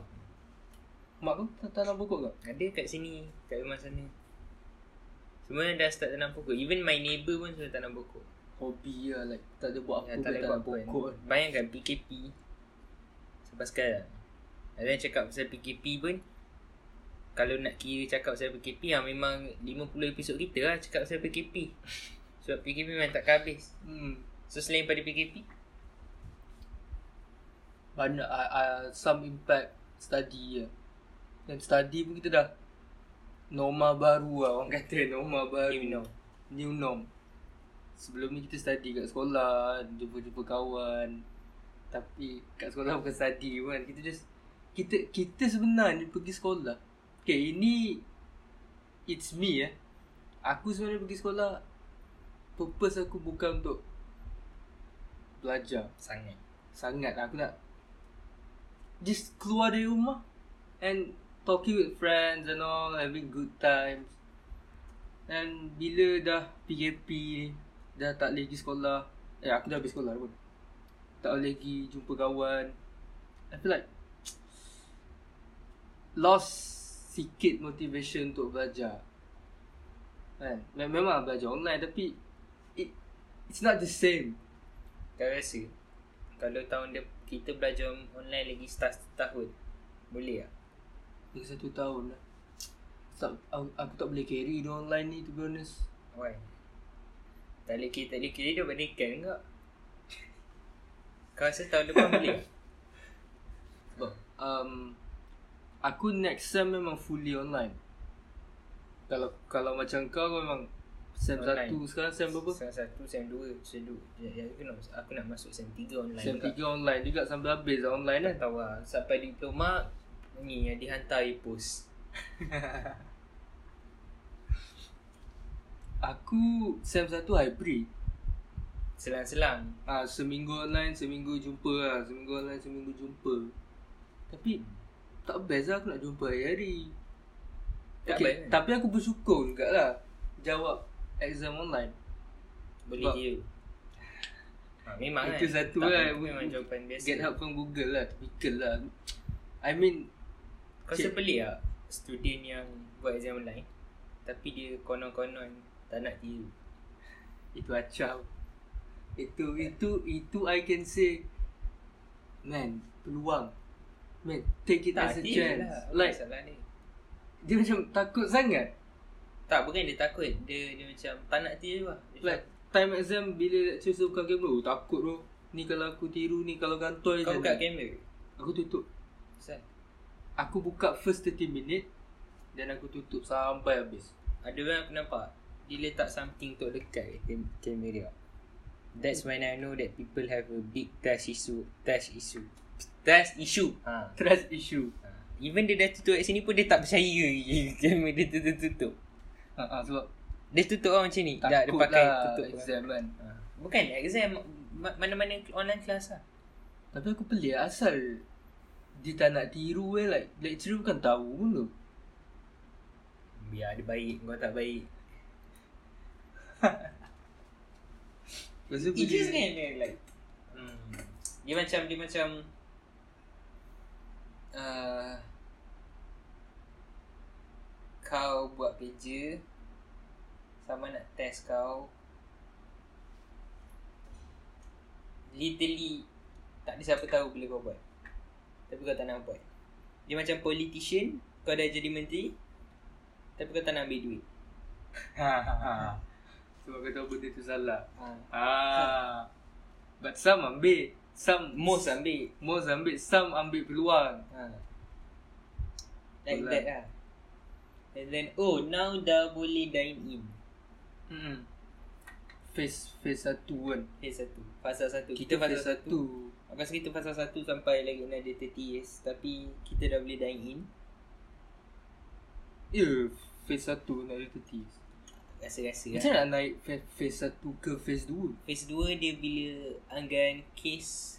B: Mak kau tak tanam pokok tak?
C: Ada kat sini, kat rumah sana. Semua dah start tanam pokok. Even my neighbour pun semua tanam pokok.
B: Hobi lah like tak ada buat apa
C: Ya, tak
B: pun
C: boleh buat
B: tanam
C: apa.
B: pokok. eh?
C: kan. Bayangkan PKP sampai sekarang. Ada yang cakap pasal PKP pun kalau nak kira cakap pasal PKP ah memang 50 episod kita lah cakap pasal PKP. *laughs* Sebab PKP memang takkan habis
B: Hmm.
C: So selain pada PKP
B: Banyak uh, uh, some impact study je. Dan study pun kita dah norma baru lah orang kata norma baru.
C: New norm.
B: New norm. Sebelum ni kita study kat sekolah, jumpa-jumpa kawan. Tapi kat sekolah bukan study pun. Kita just kita kita sebenarnya pergi sekolah. Okay, ini it's me eh. Aku sebenarnya pergi sekolah purpose aku bukan untuk belajar
C: Sangat
B: sangat lah, aku nak just keluar dari rumah and talking with friends and all having good times and bila dah PKP ni dah tak boleh pergi sekolah eh aku dah habis sekolah pun tak boleh pergi jumpa kawan I feel like lost sikit motivation untuk belajar kan Mem- memang belajar online tapi it, it's not the same
C: Kau rasa Kalau tahun de- kita belajar online lagi start setahun Boleh tak?
B: Dah satu tahun dah tak, aku, aku tak boleh carry dia online ni to be honest
C: Why? Tak boleh kira, tak boleh kira dia berikan kau Kau rasa tahun depan boleh?
B: Sebab um, Aku next sem memang fully online Kalau kalau macam kau kau memang Sem
C: Online.
B: satu sekarang sem berapa?
C: Sem satu, sem dua, sem dua Ya, ya, aku nak, masuk- aku nak masuk sem tiga online
B: Sem
C: juga.
B: tiga online juga sampai habis lah online kan
C: Tak tahu lah Sampai diploma Ni yang dihantar e-post
B: Aku sem satu hybrid
C: Selang-selang
B: Ah Seminggu online, seminggu jumpa lah Seminggu online, seminggu jumpa Tapi tak best lah aku nak jumpa hari-hari
C: Tak
B: okay,
C: best.
B: Tapi aku bersyukur juga lah Jawab exam online
C: Boleh
B: Sebab-
C: je ha, Memang
B: Itu
C: kan
B: satu
C: Tak,
B: lah.
C: itu Memang jawapan biasa
B: Get help from Google lah, typical lah I mean
C: Kau
B: Cik-
C: rasa pelik tak Student yang buat exam online Tapi dia konon-konon Tak nak tiru
B: Itu acau Itu, itu, itu I can say Man, peluang Man, take it as a
C: tiru
B: chance
C: lah
B: Like,
C: Masalah ni
B: dia macam takut sangat
C: Tak bukan dia takut Dia dia macam Tak nak tiru lah dia
B: Like, time exam bila lecturer suruh buka kamera Oh, takut bro Ni kalau aku tiru, ni kalau
C: macam,
B: gantoi
C: Kau
B: macam
C: buka
B: ni."
C: kamera
B: Aku tutup
C: Ustaz
B: Aku buka first 30 minit Dan aku tutup sampai habis
C: Ada orang aku nampak Dia letak something untuk dekat kam- kamera That's when I know that people have a big trust issue Trust issue Trust issue ha.
B: Trust issue
C: ha. Even dia dah tutup kat sini pun dia tak percaya je *laughs* Kamera dia tutup-tutup
B: ha, ha, Sebab
C: Dia tutup lah macam ni
B: takut
C: Tak, dia pakai
B: lah
C: tutup
B: exam kan
C: ha. Bukan exam ma- Mana-mana online class lah
B: Tapi aku pelik asal Dia tak nak tiru eh like, Lecturer bukan tahu pun tu
C: Biar Ya, dia baik Kau tak baik
B: Lepas tu
C: It
B: bila-
C: is kan dia like hmm. Dia macam Dia macam uh, Kau buat kerja Sama nak test kau Literally Tak ada siapa tahu bila kau buat Tapi kau tak nak buat Dia macam politician Kau dah jadi menteri Tapi kau tak nak ambil duit
B: ha, ha, ha. Sebab kau tahu benda tu salah
C: ha.
B: Ah, But some ambil Some
C: Most ambil
B: Most ambil Some ambil peluang
C: Ha. Like
B: Betul
C: that lah. And then oh now dah boleh dine in.
B: hmm. Phase Phase satu kan
C: Phase satu. Fasa satu. Kita, fasa
B: phase
C: satu. Aku rasa kita fasa satu sampai lagi another 30 years. Tapi kita dah boleh dine in.
B: Ya yeah, Phase satu nak identity
C: Rasa-rasa
B: Macam
C: lah.
B: nak naik fa- phase satu ke phase dua
C: Phase 2 dia bila anggaran kes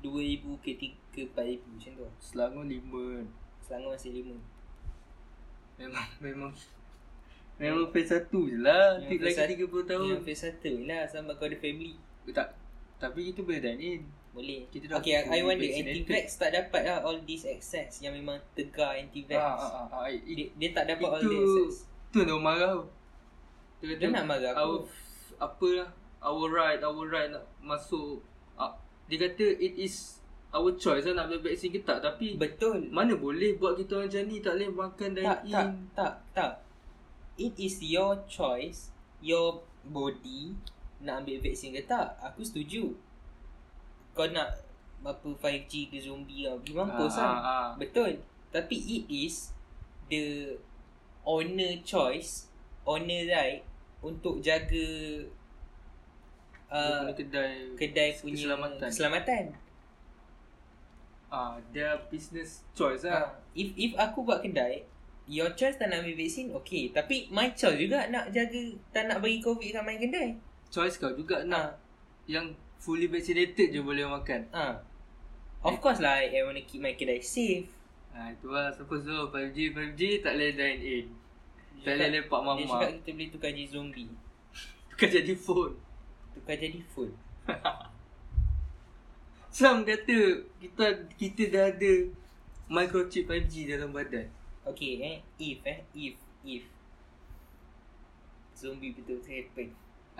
C: 2,000 ke 3,000 4,000 macam tu lah.
B: Selangor lima kan
C: Selangor masih 5
B: Memang *laughs* Memang Memang phase satu je lah Nanti
C: Yang phase
B: lagi
C: sat-
B: tiga puluh tahun Eh,
C: Yang phase 1 lah sampai kau ada family
B: Tak Tapi eh? kita boleh dine in
C: Boleh
B: Kita dah
C: Okay I, I
B: fully
C: wonder
B: vaccinated.
C: anti-vax tak dapat lah all this access Yang memang tegar anti-vax
B: ah, ah, ah, ah,
C: dia,
B: it,
C: dia tak dapat all the
B: Itu
C: access
B: Tu nak marah tau. Dia
C: Dia nak marah
B: Our,
C: aku
B: f- apa lah Our right Our right nak masuk ah, Dia kata it is Our choice lah nak ambil vaksin ke tak Tapi
C: Betul
B: Mana boleh buat kita orang macam ni Tak boleh makan dine
C: Tak,
B: in
C: tak, tak, tak It is your choice Your body nak ambil vaksin ke tak aku setuju kau nak apa 5G ke zombie lah pergi
B: Ah,
C: mampus lah
B: ah, ah.
C: betul tapi it is the owner choice owner right untuk jaga
B: Dia
C: uh,
B: punya kedai
C: kedai punya
B: keselamatan.
C: keselamatan.
B: Ah, their business choice
C: Ah,
B: lah.
C: if if aku buat kedai, your choice tak nak ambil vaksin, okay. Tapi my choice juga nak jaga, tak nak bagi covid kat my kedai.
B: Choice kau juga nak yang fully vaccinated je boleh makan.
C: Ah, Of course lah, I, I want to keep my kedai safe.
B: Ah, itu lah. Suppose tu 5G, 5G tak boleh dine in. Tak boleh lepak
C: Dia cakap
B: *laughs* mama.
C: kita boleh tukar jadi zombie.
B: Bukan jadi phone.
C: Tukar jadi full.
B: Sam kata kita kita dah ada microchip 5G dalam badan.
C: Okay eh, if eh, if, if. Zombie betul-betul happen.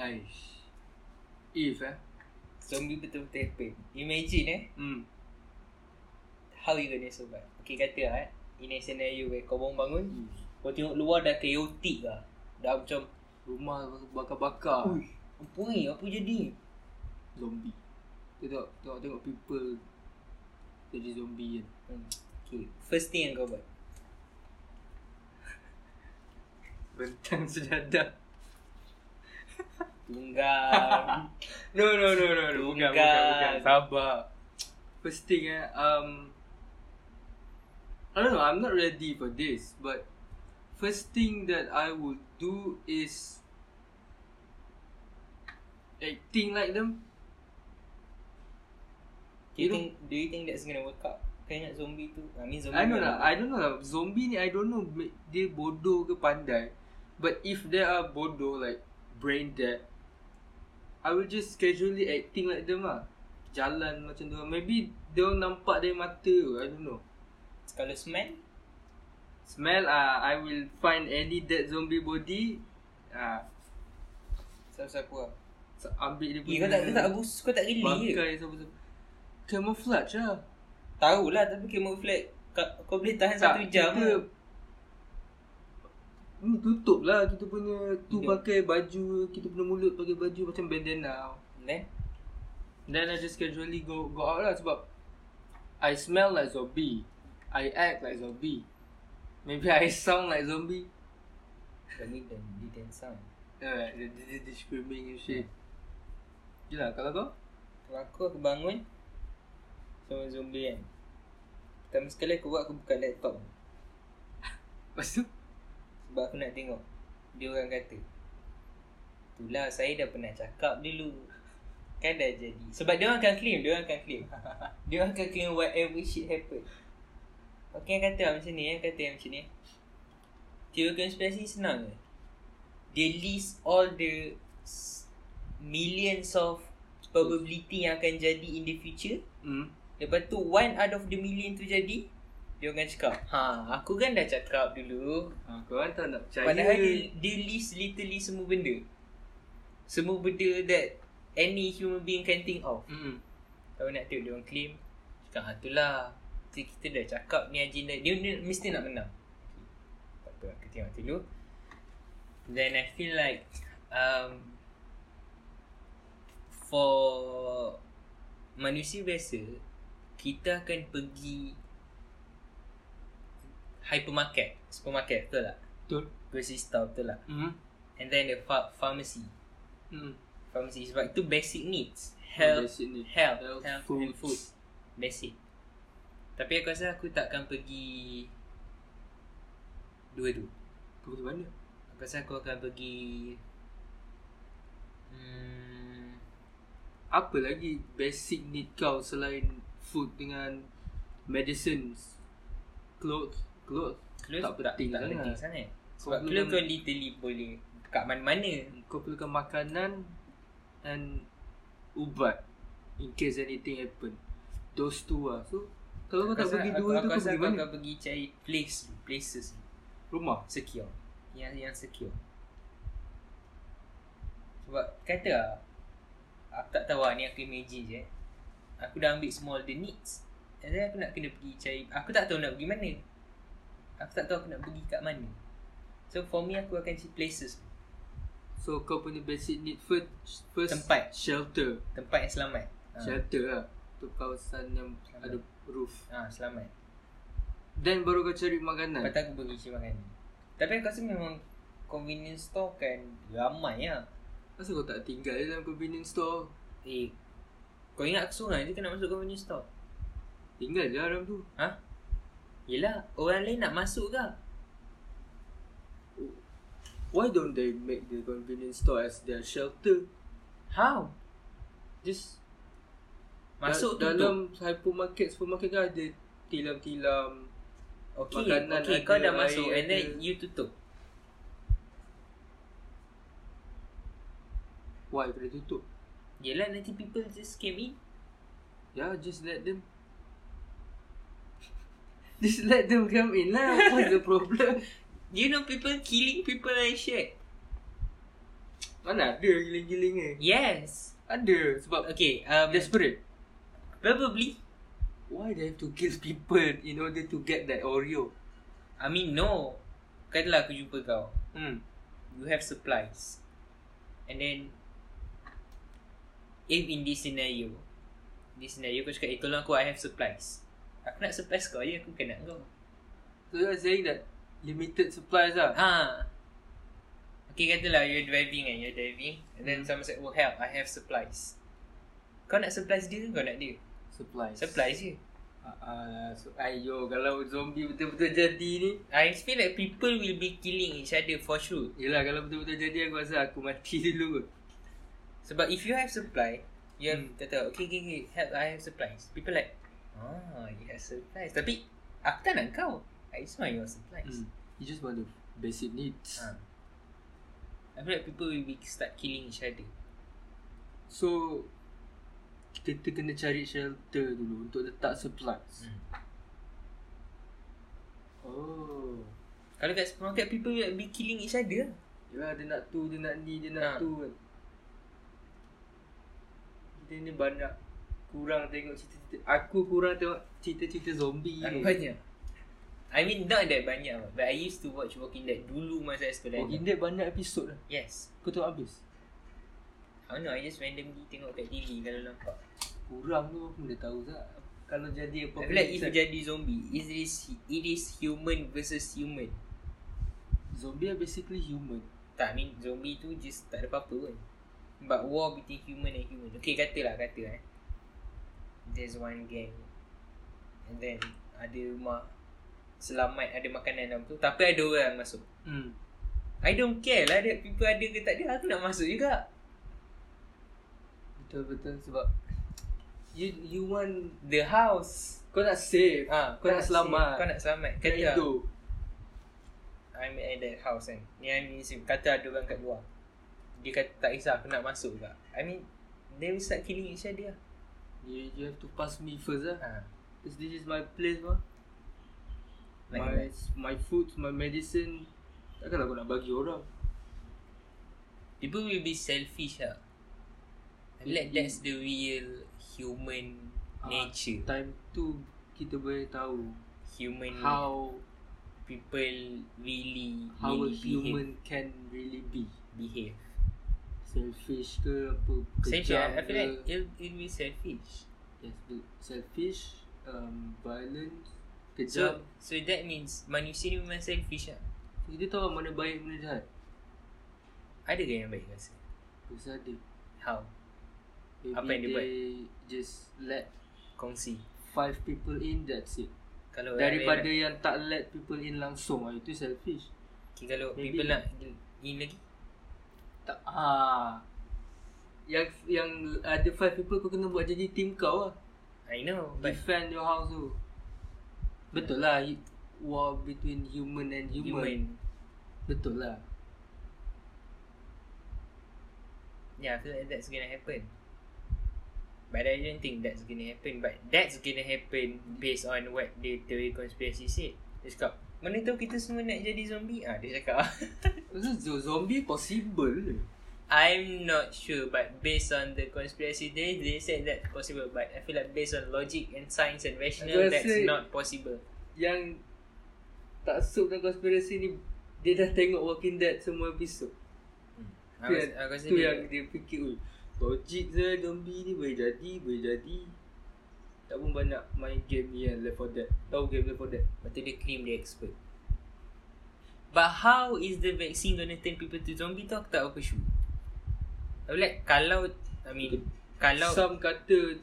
B: Aish. If eh.
C: Zombie betul-betul happen. Imagine eh,
B: Hmm.
C: how you gonna survive? Okay kata lah eh, in a scenario where kau bangun-bangun, kau tengok luar dah chaotic lah. Dah macam
B: Rumah bakar-bakar.
C: Ui, apa ni? Apa jadi?
B: Zombie. Tengok tengok tengok people jadi zombie kan.
C: Hmm. Okay. First thing yang kau buat.
B: Bentang *laughs* sejadah.
C: *laughs* Tunggang.
B: No no no no, no. Bukan, bukan bukan
C: Tunggang.
B: Sabar First thing eh um, I don't know I'm not ready for this But First thing that I would do is Acting like them
C: do, you
B: You
C: think, do you think that's gonna work out? Kau ingat zombie tu? I mean zombie
B: I don't
C: tu-
B: know I don't know lah Zombie ni I don't know ma- Dia bodoh ke pandai But if they are bodoh Like Brain dead I will just casually acting like them lah Jalan macam tu lah. Maybe Dia orang nampak dari mata ke, I don't know
C: Kalau smell?
B: Smell ah I will find any dead zombie body ah
C: Siapa-siapa lah.
B: so, Ambil dia
C: Eh,
B: punya
C: kau tak, kau tak abus, kau tak geli ke?
B: Bangkai siapa-siapa Camouflage lah
C: Tahu lah tapi camouflage. Kau, kau boleh tahan satu jam
B: kita-
C: lah.
B: Hmm, tutup lah kita punya tu
C: Hidung.
B: pakai baju kita punya mulut pakai baju macam bandana
C: Then?
B: then I just casually go go out lah sebab I smell like zombie I act like zombie maybe I sound like zombie
C: Kami dan di dan sound.
B: uh, the, the, the, the screaming and shit Gila kalau kau
C: Kalau aku, aku bangun. Sama zombie kan. Pertama sekali aku buat, aku buka laptop.
B: Lepas tu
C: Sebab aku nak tengok Dia orang kata Itulah saya dah pernah cakap dulu Kan dah jadi Sebab dia orang akan claim Dia orang akan claim Dia orang akan claim whatever shit happen Okay yang kata lah macam ni eh Kata yang macam ni eh Teori konspirasi senang je They list all the s- Millions of Probability yang akan jadi in the future
B: hmm.
C: Lepas tu one out of the million tu jadi Dia orang akan cakap Ha aku kan dah cakap dulu
B: ha, Kau orang tak nak percaya
C: Padahal dia, dia list literally semua benda Semua benda that any human being can think of
B: hmm.
C: Kalau nak tengok dia orang claim Cakap ha tu lah kita, kita dah cakap ni agenda Dia, dia mesti nak menang Tak apa aku tengok dulu Then I feel like um, For manusia biasa Kita akan pergi Hypermarket Supermarket betul tak?
B: Betul
C: grocery store betul lah
B: hmm.
C: and then the ph- pharmacy
B: Hmm.
C: pharmacy sebab itu basic needs health
B: Basic ni.
C: health
B: Health,
C: health, and food
B: foods.
C: basic tapi aku rasa aku takkan pergi dua tu
B: Kau pergi mana?
C: aku rasa aku akan pergi hmm,
B: apa lagi basic need kau selain food dengan medicines clothes clothes
C: clothes
B: Tak penting
C: tak, tak
B: sangat.
C: penting sangat sebab
B: Kau belum-
C: clothes kau literally boleh kat mana-mana
B: kau perlukan makanan and ubat in case anything happen those two lah so kalau kau tak
C: Aku rasa
B: pergi
C: aku-
B: dua tu
C: aku
B: kau
C: rasa
B: pergi
C: aku
B: mana
C: akan pergi cari place dulu, places dulu.
B: rumah
C: secure yang yang secure sebab kata lah aku tak tahu lah ni aku imagine je eh. aku dah ambil semua all the needs and then aku nak kena pergi cari aku tak tahu nak pergi mana aku tak tahu aku nak pergi kat mana so for me aku akan cari places
B: So kau punya basic need first, first
C: Tempat.
B: shelter.
C: Tempat yang selamat.
B: Ha.
C: Ha.
B: Shelter lah. Tu kawasan yang
C: Selamat.
B: ada roof.
C: Ha, selamat.
B: Then baru kau cari makanan.
C: Lepas tu aku pergi isi makan. Tapi aku rasa memang convenience store kan ramai lah.
B: Kenapa kau tak tinggal je dalam convenience store?
C: Eh, kau ingat aku seorang je kena masuk convenience store?
B: Tinggal je lah dalam tu.
C: Ha? Yelah, orang lain nak masuk ke?
B: Why don't they make the convenience store as their shelter?
C: How?
B: Just
C: Masuk
B: da-
C: tutup.
B: dalam hypermarket, supermarket kan ada tilam-tilam.
C: Okay,
B: Makanan
C: okay
B: ada,
C: kau dah
B: air
C: masuk and then
B: ada.
C: you tutup.
B: Why kena tutup?
C: Yelah nanti people just came in.
B: Yeah, Ya, just let them. *laughs* Just let them come in lah. What's the problem?
C: You know people killing people and shit.
B: *laughs* Mana ada giling-giling ni?
C: Yes.
B: Ada. Sebab
C: Okay, um,
B: desperate.
C: probably.
B: Why they have to kill people in order to get that Oreo?
C: I mean no. Katalah aku jumpa kau.
B: Hmm.
C: You have supplies. And then if in this scenario, this scenario kau cakap, eh tolong aku I have supplies. Aku nak supplies kau je, aku kena kau.
B: So you're saying that limited supplies lah.
C: Ah. Okay, katalah you're driving and you're driving and then
B: Hmm.
C: someone said, oh help, I have supplies. Kau nak supplies dia ke kau nak dia?
B: Supplies.
C: Supplies je.
B: Ah, ah, so, ayo kalau zombie betul-betul jadi ni.
C: I feel like people will be killing each other for sure.
B: Yelah kalau betul-betul jadi aku rasa aku mati *laughs* dulu kot.
C: Sebab if you have supply, you have
B: Hmm.
C: kata, okay, okay, okay, help, I have supplies. People like, oh, you have supplies. Tapi, aku tak nak kau. I just want your
B: Hmm.
C: supplies.
B: You just want the basic needs.
C: Ah. I feel like people will be start killing each other.
B: So kita, kita kena cari shelter dulu untuk letak supplies.
C: Hmm.
B: Oh.
C: Kalau kat supermarket, people will be killing each other.
B: Yelah dia nak tu, dia nak ni, dia
C: Ha.
B: nak tu kan. Kita ni banyak kurang tengok cerita-cerita. Aku kurang tengok cerita-cerita zombie
C: Aku
B: ni.
C: banyak. I mean not that banyak but I used to watch Walking Dead dulu masa I sekolah.
B: Walking Dead banyak episod lah.
C: Yes.
B: Kau tengok habis?
C: I don't know, I just randomly tengok kat TV kalau nampak.
B: Kurang tu aku boleh tahu tak. Kalau jadi apa
C: I feel like if jadi zombie, it is it is human versus human.
B: Zombie are basically human.
C: Tak, I mean zombie tu just tak ada apa-apa pun. But war between human and human. Okay, katalah, kata eh. There's one gang. And then ada rumah selamat ada makanan dalam tu tapi ada orang masuk.
B: Hmm.
C: I don't care lah ada people ada ke tak ada aku nak masuk juga.
B: Betul betul sebab you you want
C: The house
B: kau nak save.
C: Ah,
B: Kau nak selamat.
C: Kau nak selamat.
B: Kau
C: Kata
B: hidup.
C: I'm at that house kan. Ni I'm in sim. Kata ada orang kat luar. Dia kata tak kisah aku nak masuk juga. I mean they will start killing each other. lah.
B: You, you have to pass me first lah.
C: Ha.
B: This, this is my place mah.
C: Like
B: my my food, my medicine. Takkanlah aku nak bagi orang.
C: People will be selfish lah. I feel like that's the real human
B: Ah,
C: nature.
B: Time tu kita boleh tahu
C: Human
B: how
C: people really
B: how a
C: really behave.
B: human can really be.
C: behave.
B: Selfish ke apa
C: Selfish.
B: kejam
C: I I feel
B: ke.
C: like it'll, it'll be selfish.
B: yes, be- selfish, um, violent,
C: So
B: kejam.
C: so that means manusia ni memang selfish lah.
B: So, kita tahu mana baik mana jahat.
C: Ada ke yang baik rasa?
B: Bisa ada.
C: How?
B: Maybe
C: Apa yang dia
B: they
C: buat?
B: just let
C: Kongsi.
B: five people in that's it.
C: Kalau
B: Daripada yang tak let people in langsung, ah, itu selfish.
C: Okay, kalau
B: Maybe.
C: people nak in lagi
B: Tak ah. Yang yang ada five people kau kena buat jadi team kau lah.
C: I know but
B: Defend your house tu. Betul lah hu- war between human and human. human.
C: human
B: Betul lah.
C: Yeah I feel like that's gonna happen But I don't think that's gonna happen But that's gonna happen Based on what the theory conspiracy said Dia cakap Mana tahu kita semua nak jadi zombie Ah Dia cakap *laughs*
B: Maksud zo- zombie possible ke?
C: I'm not sure But based on the conspiracy theory They said that's possible But I feel like based on logic and science and rational
B: Aku rasa-
C: That's not possible
B: Yang tak sub dan konspirasi ni dia dah tengok Walking Dead semua episod. Itu
C: I Aku,
B: yang,
C: aku rasa
B: itu
C: dia,
B: yang dia fikir Ui, Logik je zombie ni boleh jadi Boleh jadi Tak pun banyak main game ni yang Left 4 Dead Tahu game Left 4 Dead
C: lepas tu dia claim dia expert. But how is the vaccine gonna turn people to zombie tu aku tak apa sure. Tapi like kalau, I mean, kalau,
B: Some kata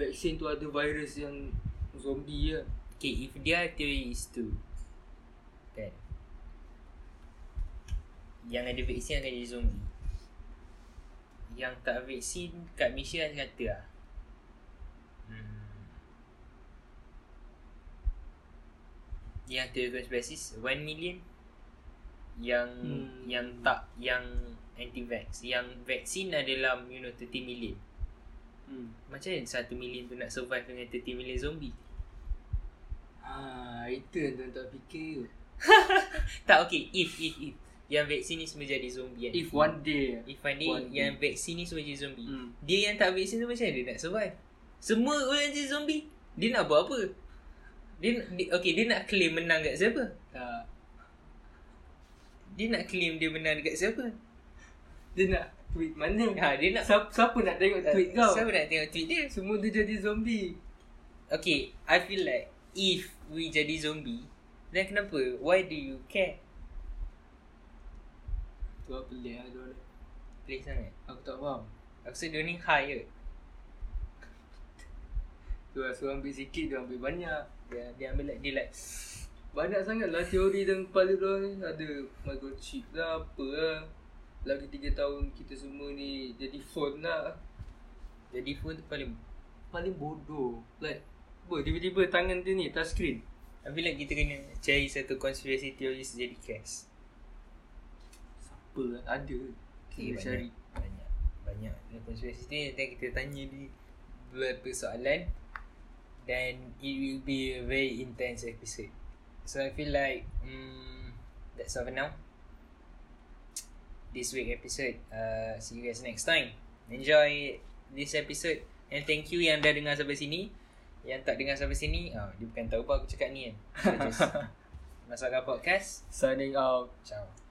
B: Vaksin tu ada virus yang Zombie je
C: okay, if their theory is to, kan, yang ada vaksin akan jadi zombie. Yang tak vaksin kat Malaysia ada kata lah. Hmm. Yang teori konspirasi 1 million yang
B: Hmm.
C: yang tak yang anti vax yang vaksin adalah you know 30 million
B: hmm.
C: macam mana 1 million tu nak survive dengan 30 million zombie
B: Ha, itu yang tuan tak fikir
C: tak okay if if if yang vaksin ni semua jadi zombie kan
B: If one day
C: if one day
B: one
C: yang vaksin ni semua jadi zombie
B: hmm.
C: Dia yang tak vaksin tu macam mana dia nak survive? Semua orang jadi zombie. Dia nak buat apa? Dia, dia okay, dia nak claim menang kat siapa?
B: ha,
C: Dia nak claim dia menang dekat siapa?
B: Dia nak tweet mana
C: Ha, dia nak
B: siapa, siapa nak tengok tweet kau
C: Siapa nak tengok tweet dia?
B: Semua dia jadi zombie
C: Okay, I feel like if we jadi zombie, then kenapa? Why do you care?
B: Tu apa pelik lah diorang ni.
C: Play sangat.
B: Aku tak faham
C: Aku rasa dia ni high je.
B: Tu lah seorang ambil sikit Dia ambil banyak
C: Dia, dia ambil like, dia like,
B: Banyak sangat lah teori dalam kepala diorang ni Ada microchip lah apa lah Lagi 3 tahun kita semua ni Jadi phone lah
C: jadi phone tu paling...
B: Paling bodoh Like Boy, tiba-tiba tangan dia ni touch screen
C: I feel like kita kena cari satu conspiracy theories jadi cast.
B: Siapa lah ada Kita
C: Okay, banyak,
B: cari
C: Banyak Banyak Dan konspirasi ni Nanti kita tanya di Beberapa soalan Dan it will be a very intense episode So I feel like mm, That's all for now This week episode uh, See you guys next time Enjoy this episode And thank you yang dah dengar sampai sini Yang tak dengar sampai sini ah, *laughs* Dia bukan tahu apa aku cakap ni kan So just Masalah podcast
B: Signing out
C: Ciao